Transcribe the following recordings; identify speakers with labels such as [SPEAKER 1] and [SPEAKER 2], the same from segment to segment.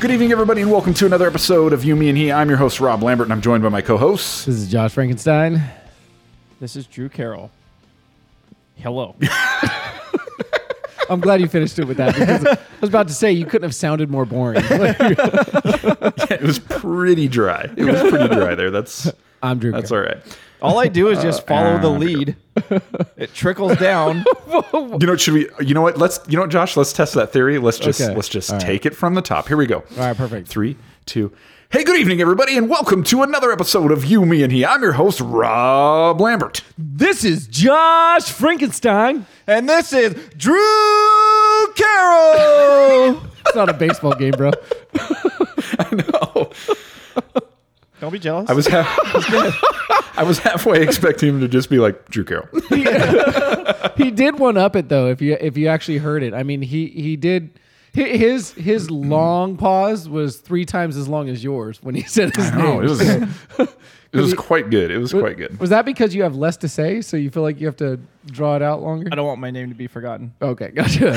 [SPEAKER 1] Good evening, everybody, and welcome to another episode of You, Me, and He. I'm your host, Rob Lambert, and I'm joined by my co hosts.
[SPEAKER 2] This is Josh Frankenstein.
[SPEAKER 3] This is Drew Carroll. Hello.
[SPEAKER 2] I'm glad you finished it with that because I was about to say you couldn't have sounded more boring.
[SPEAKER 1] It was pretty dry. It was pretty dry there. That's
[SPEAKER 2] I'm Drew.
[SPEAKER 1] that's all
[SPEAKER 2] Carroll.
[SPEAKER 1] right.
[SPEAKER 3] All I do is just follow the
[SPEAKER 1] uh,
[SPEAKER 3] lead. It trickles down.
[SPEAKER 1] You know, what, should we? You know what? Let's. You know what, Josh? Let's test that theory. Let's just.
[SPEAKER 2] Okay.
[SPEAKER 1] Let's just
[SPEAKER 2] All right.
[SPEAKER 1] take it from the top. Here we go.
[SPEAKER 2] All right, perfect.
[SPEAKER 1] Three, two. Hey, good evening, everybody, and welcome to another episode of You, Me, and He. I'm your host, Rob Lambert.
[SPEAKER 2] This is Josh Frankenstein.
[SPEAKER 3] And this is Drew Carroll.
[SPEAKER 2] It's not a baseball game, bro.
[SPEAKER 3] Don't be jealous.
[SPEAKER 1] I was half, I was halfway expecting him to just be like Drew Carroll.
[SPEAKER 2] He did one up it though. If you if you actually heard it, I mean he he did. hi- His his long pause was three times as long as yours when he said his name.
[SPEAKER 1] No, it was. It was quite good. It was quite good.
[SPEAKER 2] Was that because you have less to say, so you feel like you have to draw it out longer?
[SPEAKER 3] I don't want my name to be forgotten.
[SPEAKER 2] Okay, gotcha.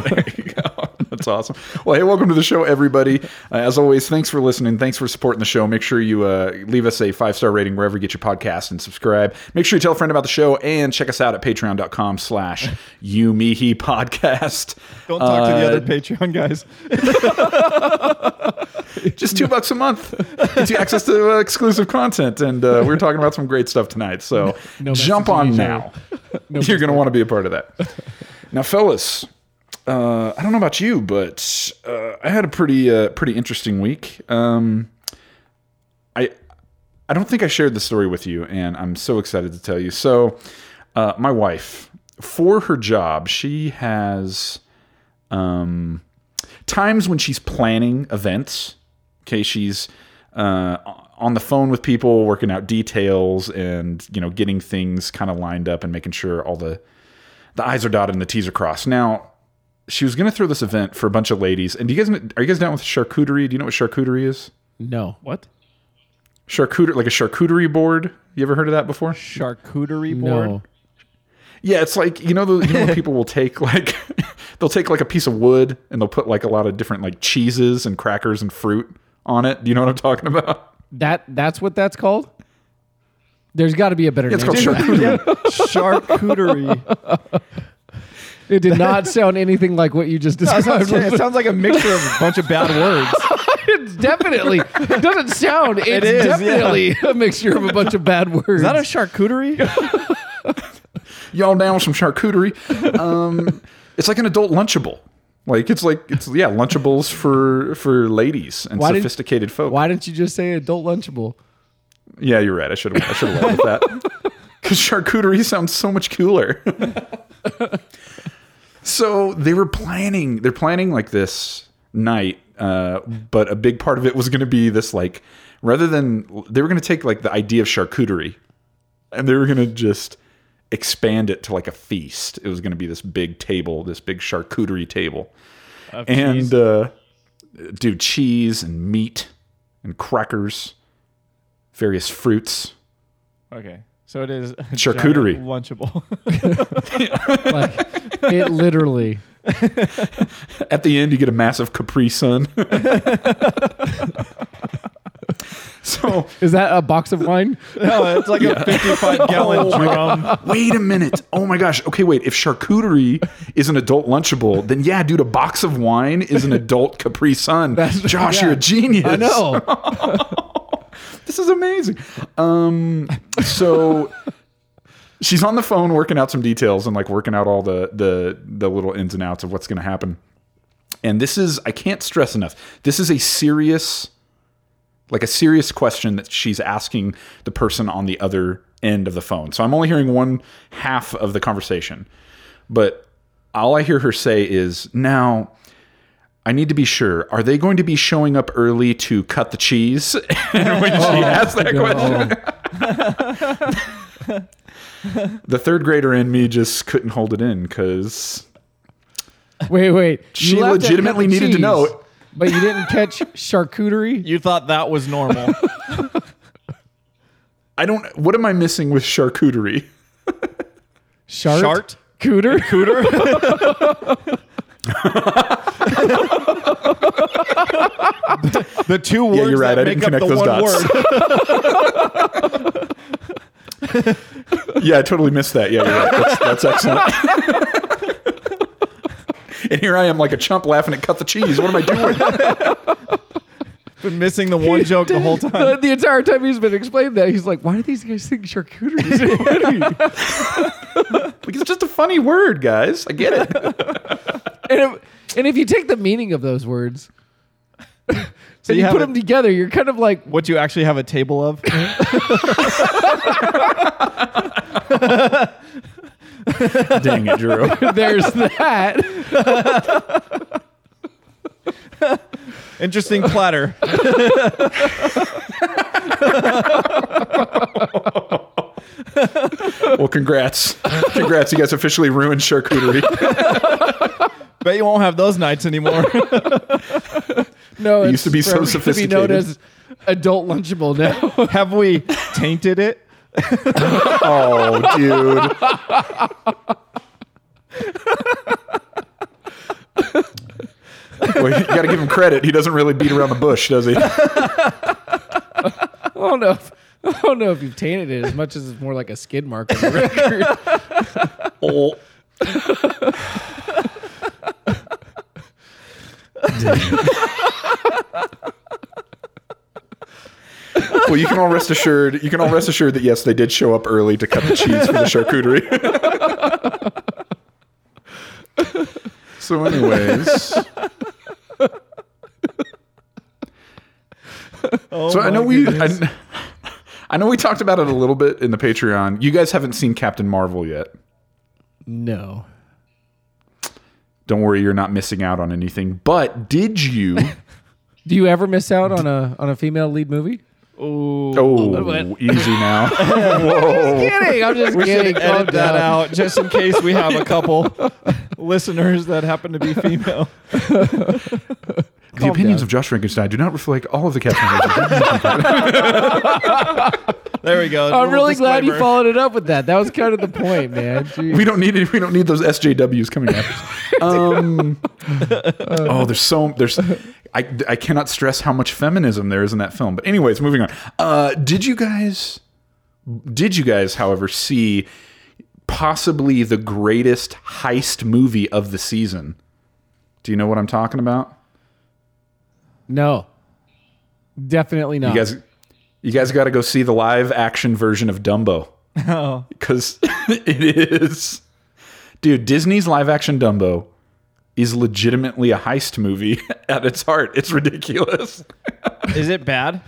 [SPEAKER 1] there you go. That's awesome. Well, hey, welcome to the show, everybody. Uh, as always, thanks for listening. Thanks for supporting the show. Make sure you uh, leave us a five star rating wherever you get your podcast and subscribe. Make sure you tell a friend about the show and check us out at patreon.com slash you me he podcast.
[SPEAKER 3] Don't talk to the
[SPEAKER 1] Uh,
[SPEAKER 3] other Patreon guys.
[SPEAKER 1] just two bucks a month gets you access to uh, exclusive content and uh, we're talking about some great stuff tonight so jump
[SPEAKER 2] messaging
[SPEAKER 1] on
[SPEAKER 2] each
[SPEAKER 1] now you're going to want to be a part of that now fellas uh, i don't know about you but uh, i had a pretty uh, pretty interesting week um, i i don't think i shared the story with you and i'm so excited to tell you so uh, my wife for her job she has um, times when she's planning events. Okay, she's uh, on the phone with people, working out details, and you know, getting things kind of lined up and making sure all the the I's are dotted and the T's are crossed. Now, she was going to throw this event for a bunch of ladies. And do you guys kn- are you guys down with charcuterie? Do you know what charcuterie is?
[SPEAKER 2] no,
[SPEAKER 3] What?
[SPEAKER 1] Charcuterie, like a charcuterie board. You ever heard of that before?
[SPEAKER 3] Charcuterie board?
[SPEAKER 2] no.
[SPEAKER 1] Yeah, it's like you know, the, you know when people will take like they'll take like a piece of wood and they'll put like a lot of different like cheeses and crackers and fruit on it. Do you know what I'm talking about?
[SPEAKER 2] That that's what that's called. There's got to be a better
[SPEAKER 1] It's
[SPEAKER 2] name.
[SPEAKER 1] called charcuterie.
[SPEAKER 3] Charcuterie.
[SPEAKER 2] It did not sound anything like what you just described.
[SPEAKER 3] it sounds like a mixture of a bunch of bad words.
[SPEAKER 2] it's definitely it doesn't sound. It's
[SPEAKER 3] is, yeah.
[SPEAKER 2] definitely a mixture of a bunch of bad words.
[SPEAKER 3] Is that a charcuterie?
[SPEAKER 1] Y'all down with some charcuterie? Um, it's like an adult lunchable. Like it's like it's yeah, lunchables for for ladies and
[SPEAKER 2] Why did-
[SPEAKER 1] sophisticated folk.
[SPEAKER 2] Why didn't you just say adult lunchable?
[SPEAKER 1] Yeah, you're right. I should have. I should have led with that because charcuterie sounds so much cooler. so they were planning. They're planning like this night, uh, but a big part of it was going to be this like rather than they were going to take like the idea of charcuterie and they were going to just expand it to like a feast. It was going to be this big table, this big charcuterie table, and uh, do cheese and meat and crackers, various fruits.
[SPEAKER 3] okay. So it is a giant
[SPEAKER 1] Charcuterie.
[SPEAKER 3] Lunchable.
[SPEAKER 2] Like it literally.
[SPEAKER 1] At the end, you get a massive Capri Sun. so
[SPEAKER 2] Is that a box of wine?
[SPEAKER 3] no, it's like a 55
[SPEAKER 1] Oh
[SPEAKER 3] gallon drum.
[SPEAKER 1] wait a minute. Oh my gosh. Okay, wait. If charcuterie is an adult lunchable, then yeah, dude, a box of wine is an adult Capri Sun. Josh, you're a genius.
[SPEAKER 2] I know.
[SPEAKER 1] This is amazing. Um, so she's on the phone working out some details and like working out all the the the little ins and outs of what's going to happen. And this is I can't stress enough. This is a serious like a serious question that she's asking the person on the other end of the phone. So I'm only hearing one half of the conversation. But all I hear her say is, "Now, I need to be sure. Are they going to be showing up early to cut the cheese?" and when she asks that question, the third grader in me just couldn't hold it in because
[SPEAKER 2] Wait, wait. You
[SPEAKER 1] She
[SPEAKER 2] left out
[SPEAKER 1] legitimately
[SPEAKER 2] the
[SPEAKER 1] needed to
[SPEAKER 2] cheese,
[SPEAKER 1] know.
[SPEAKER 2] but you didn't catch charcuterie.
[SPEAKER 3] You thought that was normal.
[SPEAKER 1] I don't. What am I missing with charcuterie?
[SPEAKER 2] Shart.
[SPEAKER 3] Shart?
[SPEAKER 2] Cooter.
[SPEAKER 3] Cooter? the two words
[SPEAKER 1] you're right.
[SPEAKER 3] that
[SPEAKER 1] I didn't
[SPEAKER 3] make up
[SPEAKER 1] connect
[SPEAKER 3] the
[SPEAKER 1] those
[SPEAKER 3] one
[SPEAKER 1] dots.
[SPEAKER 3] word.
[SPEAKER 1] yeah, I totally missed that. Yeah, you're right. That's, that's excellent. and here I am, like a chump, laughing at cut the cheese. What am I doing?
[SPEAKER 3] Been missing the one joke the whole
[SPEAKER 2] The,
[SPEAKER 3] time.
[SPEAKER 2] the entire time he's been explaining that, he's like, "Why do these guys think charcuterie?" is charcuterie?"
[SPEAKER 1] Like it's just a funny word, guys. I get it.
[SPEAKER 2] and, if, and if you take the meaning of those words
[SPEAKER 3] So
[SPEAKER 2] and
[SPEAKER 3] you
[SPEAKER 2] you,
[SPEAKER 3] have
[SPEAKER 2] put
[SPEAKER 3] a-
[SPEAKER 2] them together, you're kind of like,
[SPEAKER 3] What you actually have a table of?
[SPEAKER 1] Dang it, Drew.
[SPEAKER 2] "There's that."
[SPEAKER 3] Interesting platter.
[SPEAKER 1] Well, congrats, congrats. You guys officially ruined charcuterie.
[SPEAKER 3] Bet you won't have those nights anymore.
[SPEAKER 2] No,
[SPEAKER 1] It used
[SPEAKER 2] it's
[SPEAKER 1] to be so
[SPEAKER 2] forever gonna Be
[SPEAKER 1] sophisticated.
[SPEAKER 2] known as adult lunchable now.
[SPEAKER 3] have we tainted it?
[SPEAKER 1] Oh, dude. Well, you got to give him credit. He doesn't really beat around the bush, does he?
[SPEAKER 2] I don't know. If, I don't know if you've tainted it as much as it's more like a skid mark on the record.
[SPEAKER 1] Oh. well, you can all rest assured. You can all rest assured that yes, they did show up early to cut the cheese for the charcuterie. so, anyways.
[SPEAKER 3] Oh
[SPEAKER 1] So I
[SPEAKER 3] my
[SPEAKER 1] know we,
[SPEAKER 3] goodness.
[SPEAKER 1] I, I know we talked about it a little bit in the Patreon. You guys haven't seen Captain Marvel yet.
[SPEAKER 2] no.
[SPEAKER 1] Don't worry, you're not missing out on anything. But did you?
[SPEAKER 2] Do you ever miss out on a on a female lead movie?
[SPEAKER 3] Ooh.
[SPEAKER 1] Oh, easy now. Whoa.
[SPEAKER 2] Kidding. I'm just kidding.
[SPEAKER 3] Oh. Edit
[SPEAKER 2] Calm
[SPEAKER 3] that
[SPEAKER 2] down.
[SPEAKER 3] out just in case we have a couple listeners that happen to be female.
[SPEAKER 1] The opinions of Josh Frankenstein do not reflect all of the Captain
[SPEAKER 3] There we go.
[SPEAKER 2] I'm
[SPEAKER 3] Little
[SPEAKER 2] really glad you
[SPEAKER 3] disclaimer.
[SPEAKER 2] followed it up with that. That was kind of the point, man. Jeez.
[SPEAKER 1] We don't need it. We don't need those SJWs coming after us. Um, oh, there's so there's. I, I cannot stress how much feminism there is in that film. But anyways, moving on. Uh, did you guys? Did you guys, however, see possibly the greatest heist movie of the season? Do you know what I'm talking about?
[SPEAKER 2] No. Definitely not.
[SPEAKER 1] You guys, you guys got to go see the live action version of Dumbo
[SPEAKER 3] Oh.
[SPEAKER 1] because it is, dude. Disney's live action Dumbo is legitimately a heist movie at its heart. It's ridiculous.
[SPEAKER 3] Is it bad?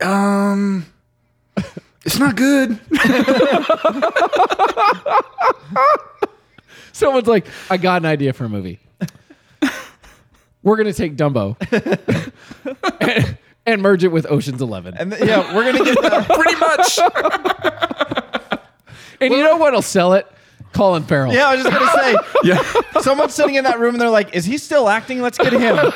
[SPEAKER 1] Um, it's not good.
[SPEAKER 2] Someone's like, I got an idea for a movie. We're gonna take Dumbo and, and merge it with Ocean's Eleven. And,
[SPEAKER 3] And th- yeah, we're gonna get that.
[SPEAKER 1] Pretty much.
[SPEAKER 2] you know what'll sell it? Colin Farrell.
[SPEAKER 3] Yeah, I was just gonna
[SPEAKER 1] Yeah.
[SPEAKER 3] say, someone's sitting in that room and they're like, "Is he still acting? Let's get him."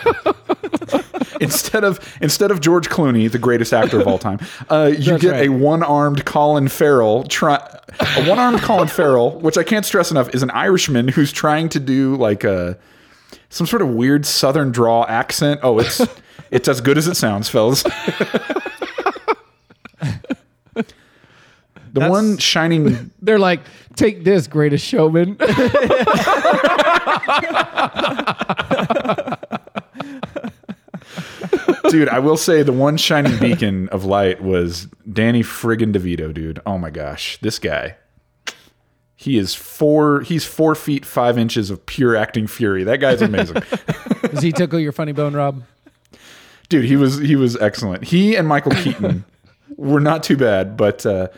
[SPEAKER 1] Instead of instead of George Clooney, the greatest actor of all time, uh, you
[SPEAKER 2] That's
[SPEAKER 1] get
[SPEAKER 2] right.
[SPEAKER 1] a one-armed Colin Farrell. Try, a one-armed Colin Farrell, which I can't stress enough, is an Irishman who's trying to do like a some sort of weird Southern draw accent. Oh, it's it's as good as it sounds, fellas. the one shining
[SPEAKER 2] They're like, take this, greatest showman.
[SPEAKER 1] dude, I will say the one shining beacon of light was Danny friggin' DeVito, dude. Oh my gosh, this guy. He is four. He's four feet five inches of pure acting fury. That guy's amazing,
[SPEAKER 2] Does he tickle your funny bone, Rob?
[SPEAKER 1] dude. He was he was excellent. He and Michael Keaton were not too bad, but uh,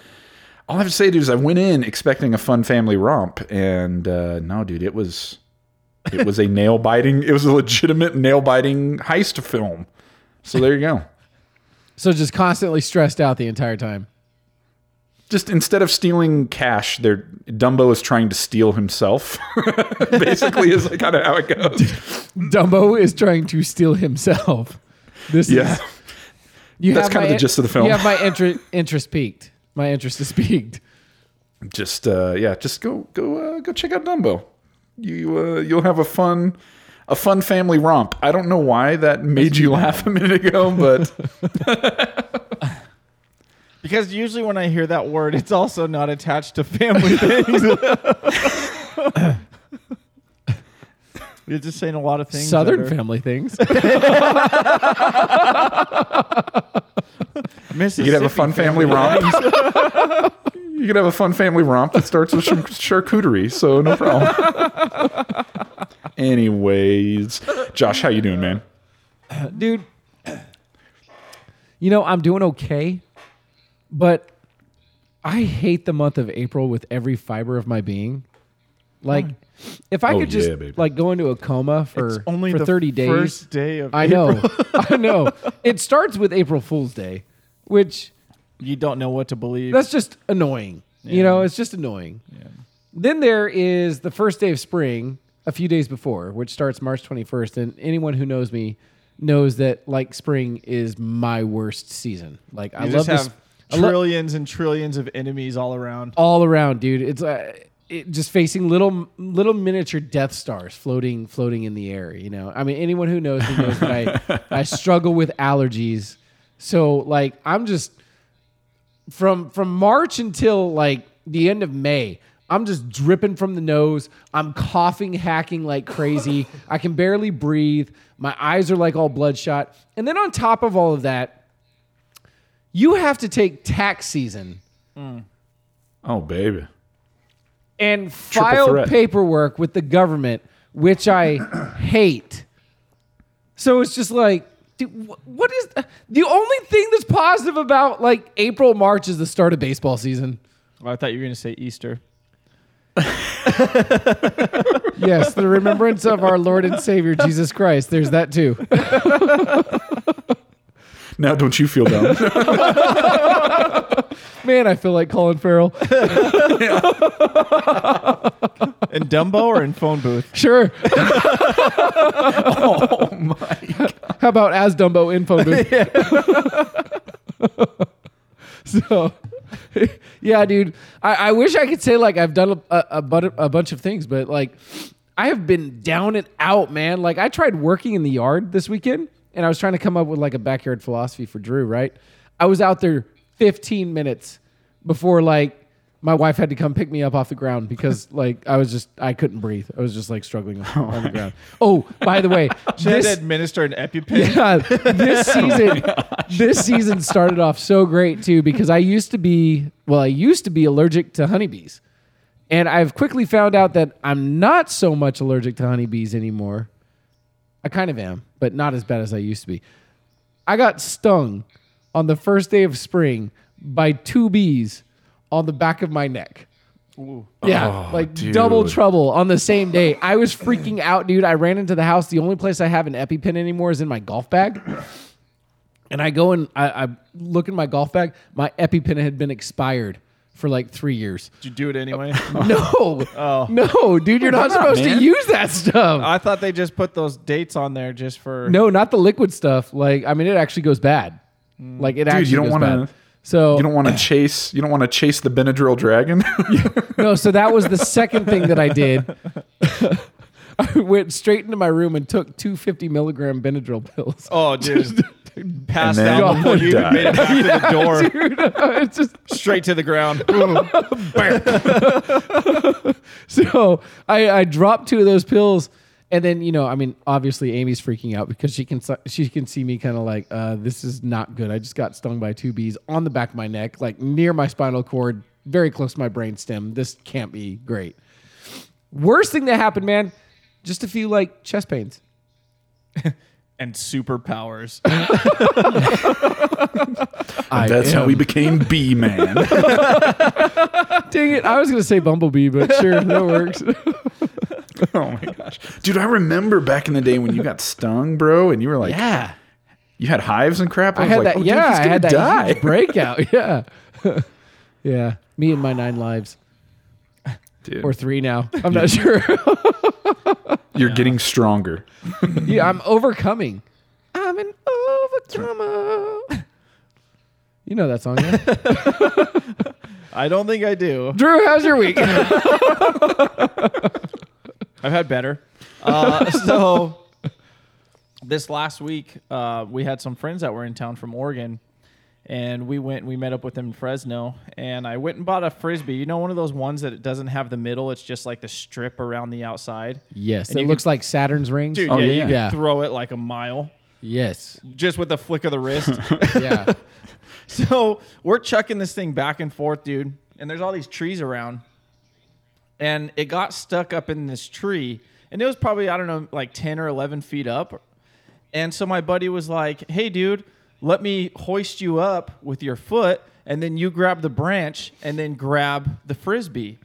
[SPEAKER 1] all I have to say, dude, is I went in expecting a fun family romp, and uh, no, dude, it was it was a nail biting. It was a legitimate nail biting heist film. So there you go.
[SPEAKER 2] So just constantly stressed out the entire time.
[SPEAKER 1] just instead of stealing cash, they Dumbo is trying to steal himself. Basically, is like kind of how it goes.
[SPEAKER 2] Dumbo is trying to steal himself. This
[SPEAKER 1] Yeah,
[SPEAKER 2] is you
[SPEAKER 1] That's
[SPEAKER 2] have
[SPEAKER 1] kind of
[SPEAKER 2] my-
[SPEAKER 1] the gist of the film.
[SPEAKER 2] You have my interest interest peaked. My interest is peaked.
[SPEAKER 1] just uh, yeah, just go go uh, go check out Dumbo. You uh, you'll have a fun. a fun family romp. I don't know why that made you laugh a minute ago, but
[SPEAKER 3] Because usually when I hear that word, it's also not attached to family things. You're just saying a lot of things. that
[SPEAKER 2] Southern
[SPEAKER 3] are-
[SPEAKER 2] family things.
[SPEAKER 3] Mississippi
[SPEAKER 1] you could have a fun family romp. you could have a fun family romp that starts with some charcuterie, so no problem. Anyways, Josh, how you doing, man?
[SPEAKER 2] dude. You know, I'm doing okay, but I hate the month of April with every fiber of my being. Like, if I
[SPEAKER 1] Oh,
[SPEAKER 2] could just
[SPEAKER 1] yeah, baby.
[SPEAKER 2] like go into a coma for
[SPEAKER 3] It's only
[SPEAKER 2] for
[SPEAKER 3] the
[SPEAKER 2] 30 days.
[SPEAKER 3] First day of
[SPEAKER 2] I
[SPEAKER 3] April.
[SPEAKER 2] know, I know. It starts with April Fool's Day, which
[SPEAKER 3] You don't know what to believe.
[SPEAKER 2] that's just annoying. You know, it's just annoying. Then there is the first day of spring a few days before, which starts March 21st. And anyone who knows me knows that like spring is my worst season. Like I
[SPEAKER 3] you
[SPEAKER 2] love
[SPEAKER 3] just
[SPEAKER 2] this
[SPEAKER 3] have
[SPEAKER 2] I lo-
[SPEAKER 3] trillions and trillions of enemies all around.
[SPEAKER 2] all around, dude. It's uh, it, just facing little little miniature death stars floating floating in the air. You know, I mean, anyone who knows me knows that I I struggle with allergies. So like, I'm just from from March until like the end of May. I'm just dripping from the nose. I'm coughing, hacking like crazy. I can barely breathe. My eyes are like all bloodshot. And then on top of all of that, you have to take tax season
[SPEAKER 1] Oh, baby.
[SPEAKER 2] and
[SPEAKER 1] Triple
[SPEAKER 2] filed
[SPEAKER 1] threat.
[SPEAKER 2] paperwork with the government, which I hate. So it's just like, dude, wh- what is uh, the only thing that's positive about like April, March is the start of baseball season?
[SPEAKER 3] I thought you were going to say Easter.
[SPEAKER 2] Yes, the remembrance of our Lord and Savior Jesus Christ. There's that too.
[SPEAKER 1] Now don't you feel dumb?
[SPEAKER 2] Man, I feel like Colin Farrell.
[SPEAKER 3] In Dumbo or in phone booth?
[SPEAKER 2] Sure. oh my god. How about as Dumbo in phone booth? so yeah, dude. I, I wish I could say like I've done a, a, a, but- a bunch of things, but like I have been down and out, man. Like I tried working in the yard this weekend and I was trying to come up with like a backyard philosophy for Drew, right? I was out there 15 minutes before like my wife had to come pick me up off the ground because like I was just I couldn't breathe. I was just like struggling on, on the ground. Oh, by the way,
[SPEAKER 3] She had to
[SPEAKER 2] this-
[SPEAKER 3] administer an EpiPen.
[SPEAKER 2] God, this season, this season started off so great too because I used to be well, I used to be allergic to honeybees, and I've quickly found out that I'm not so much allergic to honeybees anymore. I kind of am, but not as bad as I used to be. I got stung on the first day of spring by two bees on the back of my neck. Yeah,
[SPEAKER 1] Oh,
[SPEAKER 2] like
[SPEAKER 1] dude.
[SPEAKER 2] double trouble on the same day. I was freaking out, dude. I ran into the house. The only place I have an EpiPen anymore is in my golf bag. And I go and I, I look in my golf bag. My EpiPen had been expired for like three years.
[SPEAKER 3] Did you do it anyway?
[SPEAKER 2] No, no, dude, you're not supposed
[SPEAKER 1] Oh. man?
[SPEAKER 2] to use that stuff.
[SPEAKER 3] I thought they just put those dates on there just for.
[SPEAKER 2] No, not the liquid stuff. Like, I mean, it actually goes bad. Like, it actually
[SPEAKER 1] Mm. you don't
[SPEAKER 2] goes
[SPEAKER 1] wanna-
[SPEAKER 2] bad. So
[SPEAKER 1] You don't want to chase. You don't want to chase the Benadryl dragon.
[SPEAKER 2] no, so that was the second thing that I did. I went straight into my room and took two 50 milligram Benadryl pills.
[SPEAKER 3] Oh, dude. Passed
[SPEAKER 1] And then
[SPEAKER 3] out before
[SPEAKER 1] you
[SPEAKER 3] you
[SPEAKER 1] die.
[SPEAKER 3] even made it back to the door.
[SPEAKER 2] Dude, it's just
[SPEAKER 3] Straight to the ground.
[SPEAKER 2] so I, I dropped two of those pills, and then you know, I mean, obviously Amy's freaking out because she can s- she can see me kind of like, uh, this is not good. I just got stung by two bees on the back of my neck, like near my spinal cord, very close to my brain stem. This can't be great. Worst thing that happened, man, just a few like chest pains.
[SPEAKER 3] and superpowers.
[SPEAKER 2] I
[SPEAKER 1] That's how
[SPEAKER 2] am-
[SPEAKER 1] we became B man.
[SPEAKER 2] Dang it! I was gonna say bumblebee, but sure, that works.
[SPEAKER 1] oh my gosh, dude! I remember back in the day when you got stung, bro, and you were like,
[SPEAKER 2] Yeah,
[SPEAKER 1] you had hives and crap. I,
[SPEAKER 2] I
[SPEAKER 1] was
[SPEAKER 2] had
[SPEAKER 1] like,
[SPEAKER 2] that.
[SPEAKER 1] oh,
[SPEAKER 2] yeah,
[SPEAKER 1] dude, he's
[SPEAKER 2] I
[SPEAKER 1] gonna
[SPEAKER 2] had that
[SPEAKER 1] die.
[SPEAKER 2] huge breakout. Yeah, yeah. Me and my nine lives,
[SPEAKER 1] Dude,
[SPEAKER 2] or three now. I'm not sure.
[SPEAKER 1] you're getting stronger.
[SPEAKER 2] yeah, I'm overcoming. Mm-hmm. I'm an overcomer. You know that song, yeah?
[SPEAKER 3] I don't think I do.
[SPEAKER 2] Drew. How's your week?
[SPEAKER 3] I've had better. Uh, so this last week, uh, we had some friends that were in town from Oregon, and we went. and We met up with them in Fresno, and I went and bought a frisbee. You know, one of those ones that it doesn't have the middle; it's just like the strip around the outside.
[SPEAKER 2] Yes,
[SPEAKER 3] And
[SPEAKER 2] it
[SPEAKER 3] you
[SPEAKER 2] looks like Saturn's rings.
[SPEAKER 3] Dude,
[SPEAKER 1] Oh,
[SPEAKER 3] yeah,
[SPEAKER 1] yeah.
[SPEAKER 3] you can
[SPEAKER 2] Yeah.
[SPEAKER 3] throw it like a mile
[SPEAKER 2] Yes,
[SPEAKER 3] just with a flick of the wrist.
[SPEAKER 2] yeah.
[SPEAKER 3] So we're chucking this thing back and forth, dude. And there's all these trees around. And it got stuck up in this tree. And it was probably, I don't know, like 10 or 11 feet up. And so my buddy was like, hey, dude, let me hoist you up with your foot. And then you grab the branch and then grab the frisbee.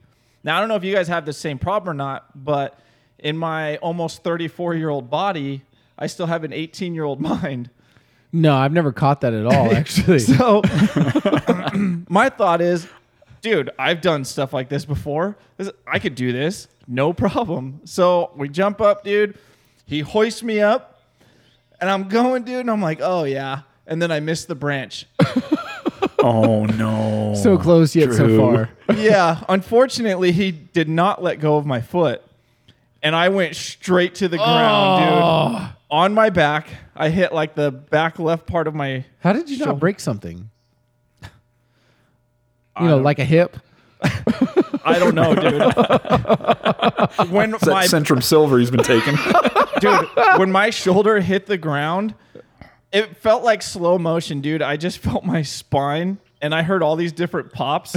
[SPEAKER 3] Now, I don't know if you guys have the same problem or not, but in my almost 34 year old body, I still have an 18 year old mind.
[SPEAKER 2] No, I've never caught that at all. Actually,
[SPEAKER 3] So my thought is, dude, I've done stuff like this before. This- I could do this, no problem. So we jump up, dude. He hoists me up, and I'm going, dude. And I'm like, oh yeah. And then I miss the branch.
[SPEAKER 1] Oh no!
[SPEAKER 2] so close yet so
[SPEAKER 1] Drew.
[SPEAKER 2] far.
[SPEAKER 3] yeah. Unfortunately, he did not let go of my foot, and I went straight to the ground, dude. On my back, I hit like the back left part of my
[SPEAKER 2] How did you
[SPEAKER 3] Sure.
[SPEAKER 2] not break something? You know, like a hip.
[SPEAKER 3] I don't know, dude. when
[SPEAKER 1] It's that
[SPEAKER 3] my
[SPEAKER 1] Centrum Silver he's been taking.
[SPEAKER 2] Oh.
[SPEAKER 3] dude, when my shoulder hit the ground, it felt like slow motion, dude. I just felt my spine and I heard all these different pops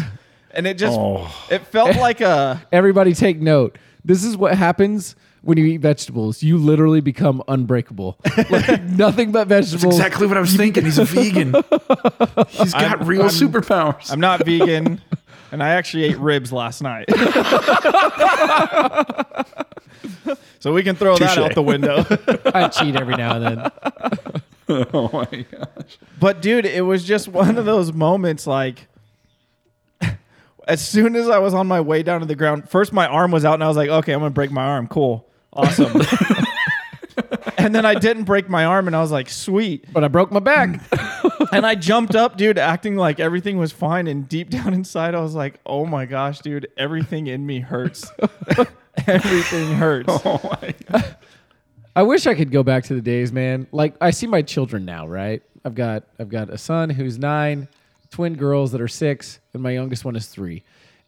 [SPEAKER 3] and it just
[SPEAKER 1] Oh.
[SPEAKER 3] it felt like a
[SPEAKER 2] Everybody, take note. This is what happens when you eat vegetables. You literally become unbreakable. Like nothing but vegetables.
[SPEAKER 1] exactly what I was thinking. He's a vegan. He's got real superpowers.
[SPEAKER 3] I'm not vegan and I actually ate ribs last night. so we can throw that
[SPEAKER 1] Touche.
[SPEAKER 3] out the window.
[SPEAKER 2] I cheat every now and then.
[SPEAKER 1] oh my gosh!
[SPEAKER 3] But dude, it was just one of those moments like as soon as I was on my way down to the ground, first my arm was out and I was like, okay, I'm gonna break my arm. Cool. Awesome. and then I didn't break my arm and I was like, sweet.
[SPEAKER 2] But I broke my back.
[SPEAKER 3] And I jumped up, dude, acting like everything was fine. And deep down inside, I was like, oh my gosh, dude, everything in me hurts. everything hurts.
[SPEAKER 1] Oh my gosh.
[SPEAKER 2] I wish I could go back to the days, man. Like I see my children now, right? I've got I've got a son who's nine, twin girls that are six, and my youngest one is three.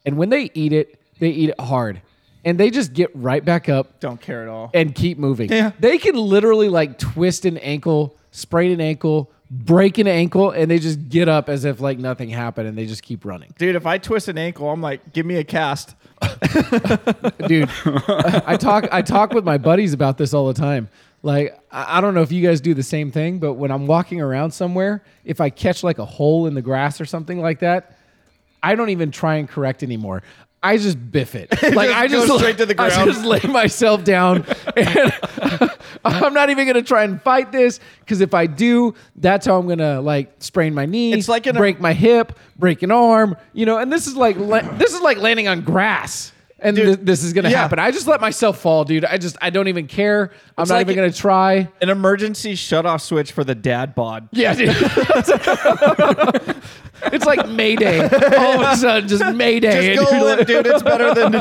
[SPEAKER 2] And when they eat it, they eat it hard, and they just get right back up
[SPEAKER 3] Don't care at all.
[SPEAKER 2] and keep moving.
[SPEAKER 3] Yeah.
[SPEAKER 2] They can literally like twist an ankle, sprain an ankle, break an ankle, and they just get up as if like nothing happened, and they just keep running.
[SPEAKER 3] Dude, if I twist an ankle, I'm like, give me a cast.
[SPEAKER 2] dude. I talk I talk with my buddies about this all the time. Like I I don't know if you guys do the same thing, but when I'm walking around somewhere, if I catch like a hole in the grass or something like that, I don't even try and correct anymore. I just biff it. Like I
[SPEAKER 3] just
[SPEAKER 2] just
[SPEAKER 3] goes straight to the
[SPEAKER 2] I
[SPEAKER 3] ground.
[SPEAKER 2] just lay myself down, and I'm not even gonna try and fight this because if I do, that's how I'm gonna like sprain my knee,
[SPEAKER 3] It's like an-
[SPEAKER 2] break my hip, break an arm, you know. And this is like la- this is like landing on grass, and
[SPEAKER 3] Dude,
[SPEAKER 2] thi- this is gonna
[SPEAKER 3] yeah.
[SPEAKER 2] happen. I just let myself fall, dude. I just I don't even care. I'm not
[SPEAKER 3] like
[SPEAKER 2] even
[SPEAKER 3] it-
[SPEAKER 2] gonna try.
[SPEAKER 3] An emergency shut-off switch for the dad bod.
[SPEAKER 2] Yeah, dude. it's like Mayday. All of a sudden, just Mayday.
[SPEAKER 3] Just
[SPEAKER 2] and
[SPEAKER 3] go
[SPEAKER 2] you're
[SPEAKER 3] live, dude. It's better than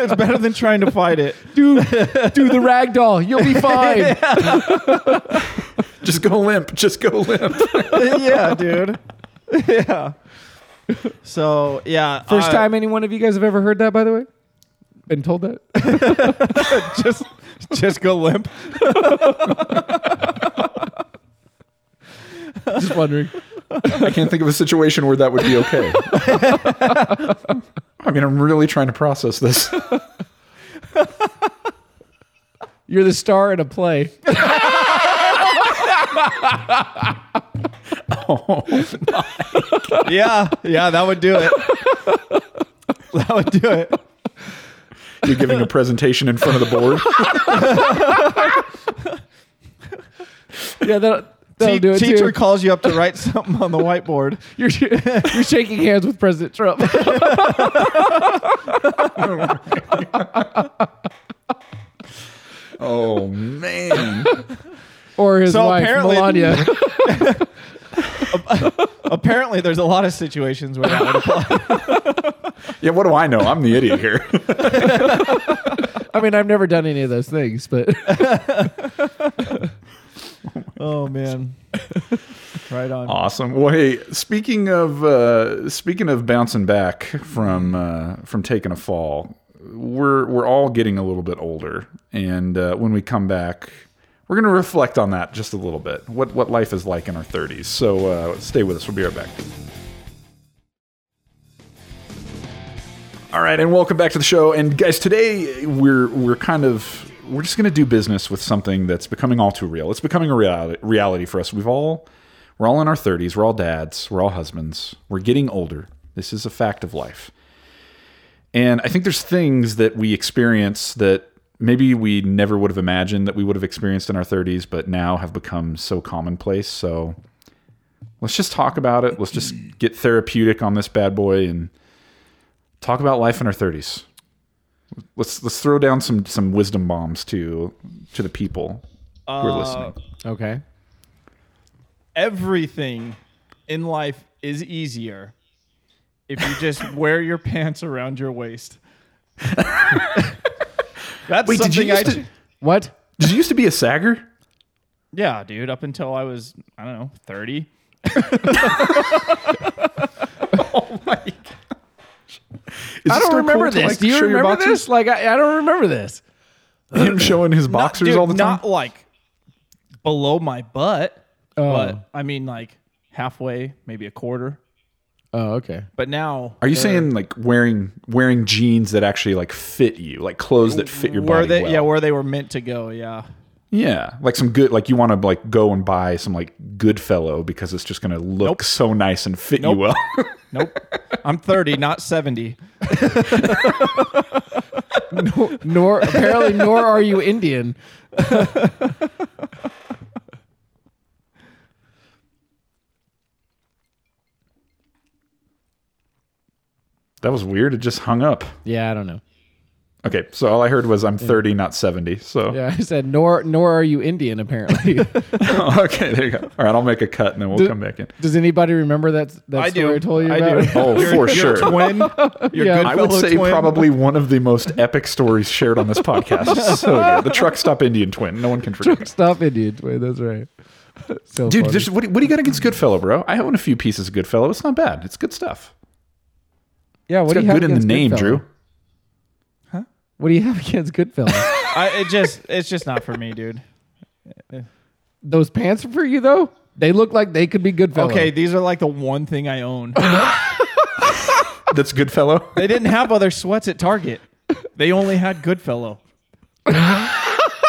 [SPEAKER 3] it's better than trying to fight it.
[SPEAKER 2] like, do do the ragdoll. You'll be fine.
[SPEAKER 1] Just go limp. Just go limp.
[SPEAKER 3] yeah, dude. Yeah. So yeah,
[SPEAKER 2] First
[SPEAKER 3] uh,
[SPEAKER 2] time any one of you guys have ever heard that, by the way, been told that.
[SPEAKER 3] just just go limp.
[SPEAKER 2] just wondering.
[SPEAKER 1] I can't think of a situation where that would be okay. I mean, I'm really trying to process this.
[SPEAKER 2] You're the star in a play.
[SPEAKER 3] Yeah, yeah, that would do it. that would do it.
[SPEAKER 1] You're giving a presentation in front of the board.
[SPEAKER 2] Yeah, that that'll
[SPEAKER 3] Te-
[SPEAKER 2] do it
[SPEAKER 3] teacher
[SPEAKER 2] too.
[SPEAKER 3] calls you up to write something on the whiteboard.
[SPEAKER 2] You're, you're shaking hands with President Trump.
[SPEAKER 1] Oh man!
[SPEAKER 2] or his
[SPEAKER 3] So
[SPEAKER 2] wife
[SPEAKER 3] apparently-
[SPEAKER 2] Melania.
[SPEAKER 3] Apparently, there's a lot of situations where that would apply.
[SPEAKER 1] Yeah, what do I know? I'm the idiot here.
[SPEAKER 2] I mean, I've never done any of those things, but
[SPEAKER 3] oh man. right on.
[SPEAKER 1] Awesome. Well, hey, speaking of uh, speaking of bouncing back from uh, from taking a fall, we're we're all getting a little bit older, and uh, when we come back, we're going to reflect on that just a little bit. What what life is like in our thirties. So uh, stay with us. We'll be right back. All right, and welcome back to the show. And guys, today we're we're kind of we're just going to do business with something that's becoming all too real. It's becoming a reality, reality for us. We've all we're all in our 30s, we're all dads, we're all husbands. We're getting older. This is a fact of life. And I think there's things that we experience that maybe we never would have imagined that we would have experienced in our 30s, but now have become so commonplace. So let's just talk about it. Let's just get therapeutic on this bad boy and talk about life in our 30s. Let's let's throw down some some wisdom bombs to to the people who are listening.
[SPEAKER 2] okay.
[SPEAKER 3] Everything in life is easier if you just wear your pants around your waist. That's
[SPEAKER 1] Wait, did you
[SPEAKER 3] something
[SPEAKER 1] used
[SPEAKER 3] I
[SPEAKER 1] to,
[SPEAKER 2] What?
[SPEAKER 1] did you used to be a sagger?
[SPEAKER 3] Yeah, dude, up until I was I don't know, 30.
[SPEAKER 1] Is
[SPEAKER 2] I
[SPEAKER 1] it
[SPEAKER 2] don't
[SPEAKER 1] still
[SPEAKER 2] remember
[SPEAKER 1] cool to,
[SPEAKER 2] this.
[SPEAKER 1] like,
[SPEAKER 2] Do you
[SPEAKER 1] show your
[SPEAKER 2] remember
[SPEAKER 1] boxers?
[SPEAKER 2] this? Like, I, I don't remember this.
[SPEAKER 1] him showing his boxers
[SPEAKER 3] Dude,
[SPEAKER 1] all the time.
[SPEAKER 3] Not like below my butt,
[SPEAKER 2] Oh.
[SPEAKER 3] but I mean like halfway, maybe a quarter.
[SPEAKER 2] Oh, okay.
[SPEAKER 3] But now
[SPEAKER 1] Are you
[SPEAKER 3] they're-
[SPEAKER 1] saying like wearing wearing jeans that actually like fit you, like clothes that fit your
[SPEAKER 3] where
[SPEAKER 1] body?
[SPEAKER 3] they
[SPEAKER 1] well?
[SPEAKER 3] yeah, where they were meant to go, yeah.
[SPEAKER 1] yeah, like some good, like you want to like go and buy some like good fellow because it's just gonna look so nice and fit you well.
[SPEAKER 3] Nope. I'm 30, not 70.
[SPEAKER 2] Nor apparently, nor are you Indian.
[SPEAKER 1] that was weird. It just hung up.
[SPEAKER 2] Yeah, I don't know.
[SPEAKER 1] Okay, so all I heard was I'm 30, not 70. So
[SPEAKER 2] Yeah, I said nor nor are you Indian. Apparently,
[SPEAKER 1] okay, there you go. All right, I'll make a cut and then we'll come back in.
[SPEAKER 2] does anybody remember that that
[SPEAKER 3] I
[SPEAKER 2] story
[SPEAKER 3] do.
[SPEAKER 2] I told you
[SPEAKER 3] I
[SPEAKER 2] about?
[SPEAKER 3] do.
[SPEAKER 1] Oh, for
[SPEAKER 3] Your
[SPEAKER 1] sure.
[SPEAKER 3] twin, your
[SPEAKER 2] Yeah.
[SPEAKER 3] good
[SPEAKER 1] I would
[SPEAKER 3] fellow
[SPEAKER 1] say
[SPEAKER 3] twin.
[SPEAKER 1] probably one of the most epic stories shared on this podcast. so good. The truck stop Indian twin. No one can forget. it.
[SPEAKER 2] Stop Indian. Wait, that's right. So
[SPEAKER 1] Dude,
[SPEAKER 2] funny.
[SPEAKER 1] there's, what, do- what do you got against Goodfellow, bro? I own a few pieces of Goodfellow. It's not bad. It's good stuff.
[SPEAKER 2] yeah, what
[SPEAKER 1] It's
[SPEAKER 2] do you
[SPEAKER 1] got
[SPEAKER 2] have
[SPEAKER 1] good in the
[SPEAKER 2] against
[SPEAKER 1] name,
[SPEAKER 2] Goodfellas?
[SPEAKER 1] Drew.
[SPEAKER 2] What do you have against Goodfellas?
[SPEAKER 3] I, it just it's just not for me, dude.
[SPEAKER 2] Those pants are for you though. They look like they could be Goodfellas.
[SPEAKER 3] Okay, these are like the one thing I own.
[SPEAKER 1] That's Goodfellow.
[SPEAKER 3] They didn't have other sweats at Target. They only had Goodfellow. or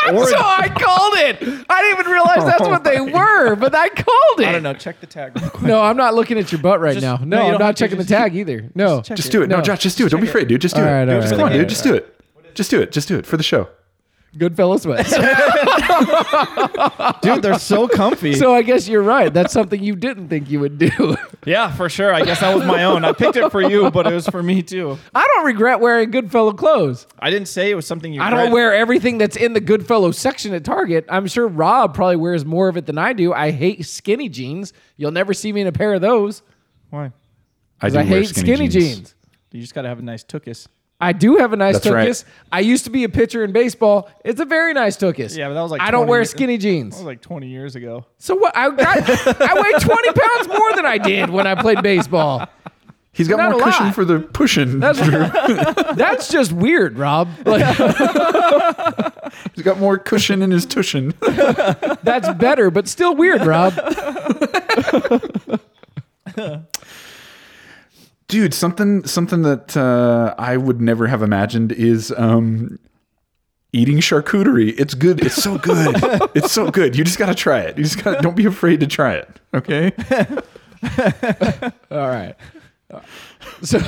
[SPEAKER 3] Oh
[SPEAKER 2] So I called it. I didn't even realize that's what they were, but I called it.
[SPEAKER 3] I don't know. Check the tag. Real quick.
[SPEAKER 2] No, I'm not looking at your butt right
[SPEAKER 3] Just-
[SPEAKER 2] now.
[SPEAKER 3] no,
[SPEAKER 2] No,
[SPEAKER 3] you
[SPEAKER 2] I'm
[SPEAKER 3] don't have
[SPEAKER 2] not
[SPEAKER 3] to.
[SPEAKER 2] checking
[SPEAKER 3] Just-
[SPEAKER 2] the tag either. No.
[SPEAKER 3] check
[SPEAKER 1] Just do it. No,
[SPEAKER 2] No.
[SPEAKER 1] Josh, just do it. Don't be afraid, dude. Just do
[SPEAKER 2] All
[SPEAKER 1] it.
[SPEAKER 2] right, all
[SPEAKER 1] Just
[SPEAKER 2] right,
[SPEAKER 1] Come on,
[SPEAKER 2] all
[SPEAKER 1] dude.
[SPEAKER 2] right,
[SPEAKER 1] Just do it. Just do it. Just do it for the show.
[SPEAKER 2] Goodfellas sweats.
[SPEAKER 3] Dude, they're so comfy.
[SPEAKER 2] so I guess you're right. That's something you didn't think you would do.
[SPEAKER 3] yeah, for sure. I guess that was my own. I picked it for you, but it was for me too.
[SPEAKER 2] I don't regret wearing Goodfellow clothes.
[SPEAKER 3] I didn't say it was something you.
[SPEAKER 2] I don't
[SPEAKER 3] read.
[SPEAKER 2] wear everything that's in the Goodfellow section at Target. I'm sure Rob probably wears more of it than I do. I hate skinny jeans. You'll never see me in a pair of those.
[SPEAKER 3] Why?
[SPEAKER 1] do
[SPEAKER 2] I
[SPEAKER 1] wear
[SPEAKER 2] hate skinny, jeans.
[SPEAKER 3] You just gotta have a nice tuchus.
[SPEAKER 2] I do have a nice
[SPEAKER 1] That's
[SPEAKER 2] tuchus.
[SPEAKER 1] right.
[SPEAKER 2] I used to be a pitcher in baseball. It's a very nice tuchus.
[SPEAKER 3] Yeah, but that was like
[SPEAKER 2] I don't
[SPEAKER 3] 20
[SPEAKER 2] wear
[SPEAKER 3] years-
[SPEAKER 2] skinny jeans.
[SPEAKER 3] That was like 20 years ago.
[SPEAKER 2] So what? I got, I weigh twenty pounds more than I did when I played baseball.
[SPEAKER 1] He's got
[SPEAKER 2] Not
[SPEAKER 1] more
[SPEAKER 2] a
[SPEAKER 1] cushion
[SPEAKER 2] lot.
[SPEAKER 1] for the pushing.
[SPEAKER 2] That's just weird, Rob. Like
[SPEAKER 1] He's got more cushion in his tushin.
[SPEAKER 2] that's better, but still weird, Rob.
[SPEAKER 1] dude, something something that uh, I would never have imagined is um, eating charcuterie. It's good. It's so good. it's so good. You just gotta try it. You just gotta. Don't be afraid to try it. Okay.
[SPEAKER 2] All right. So